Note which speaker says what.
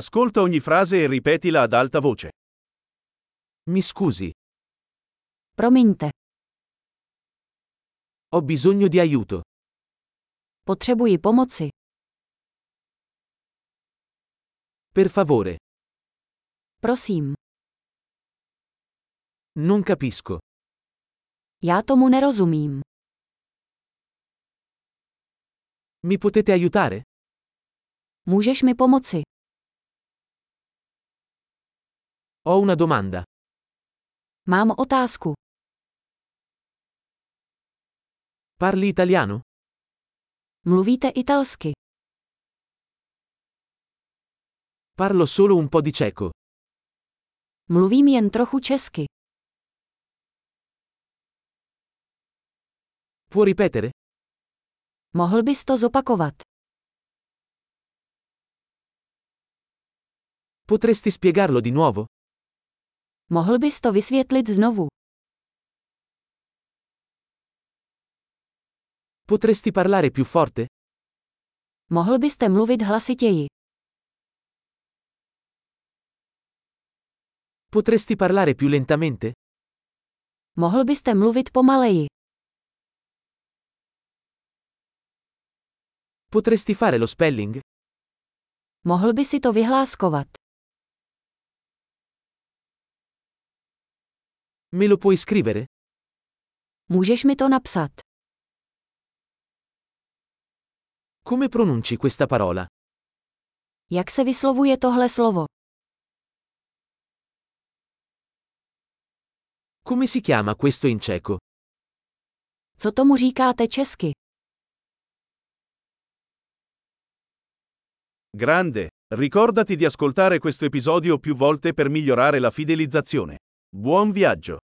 Speaker 1: Ascolta ogni frase e ripetila ad alta voce. Mi scusi,
Speaker 2: Promiňte,
Speaker 1: ho bisogno di aiuto.
Speaker 2: potřebuji pomoci.
Speaker 1: Per favore,
Speaker 2: Prosím,
Speaker 1: non capisco.
Speaker 2: já tomu nerozumím.
Speaker 1: Mi potete aiutare?
Speaker 2: Můžeš mi pomoci?
Speaker 1: Ho una domanda.
Speaker 2: Mám otázku.
Speaker 1: Parli italiano?
Speaker 2: Mluvíte italsky?
Speaker 1: Parlo solo un po' di ceco.
Speaker 2: Mluvím jen trochu česky.
Speaker 1: Può ripetere?
Speaker 2: Mohl bys to zopakovat?
Speaker 1: Potresti spiegarlo di nuovo?
Speaker 2: Mohl bys to vysvětlit znovu?
Speaker 1: Potresti parlare più forte?
Speaker 2: Mohl byste mluvit hlasitěji?
Speaker 1: Potresti parlare più lentamente?
Speaker 2: Mohl byste mluvit pomaleji?
Speaker 1: Potresti fare lo spelling?
Speaker 2: Mohl by si to vyhláskovat?
Speaker 1: Me lo puoi scrivere?
Speaker 2: Můžeš mi to napsat?
Speaker 1: Come pronunci questa parola?
Speaker 2: Jak se vyslovuje tohle slovo?
Speaker 1: Come si chiama questo in ceco?
Speaker 2: Co tomu říkáte česky?
Speaker 1: Grande, ricordati di ascoltare questo episodio più volte per migliorare la fidelizzazione. Buon viaggio!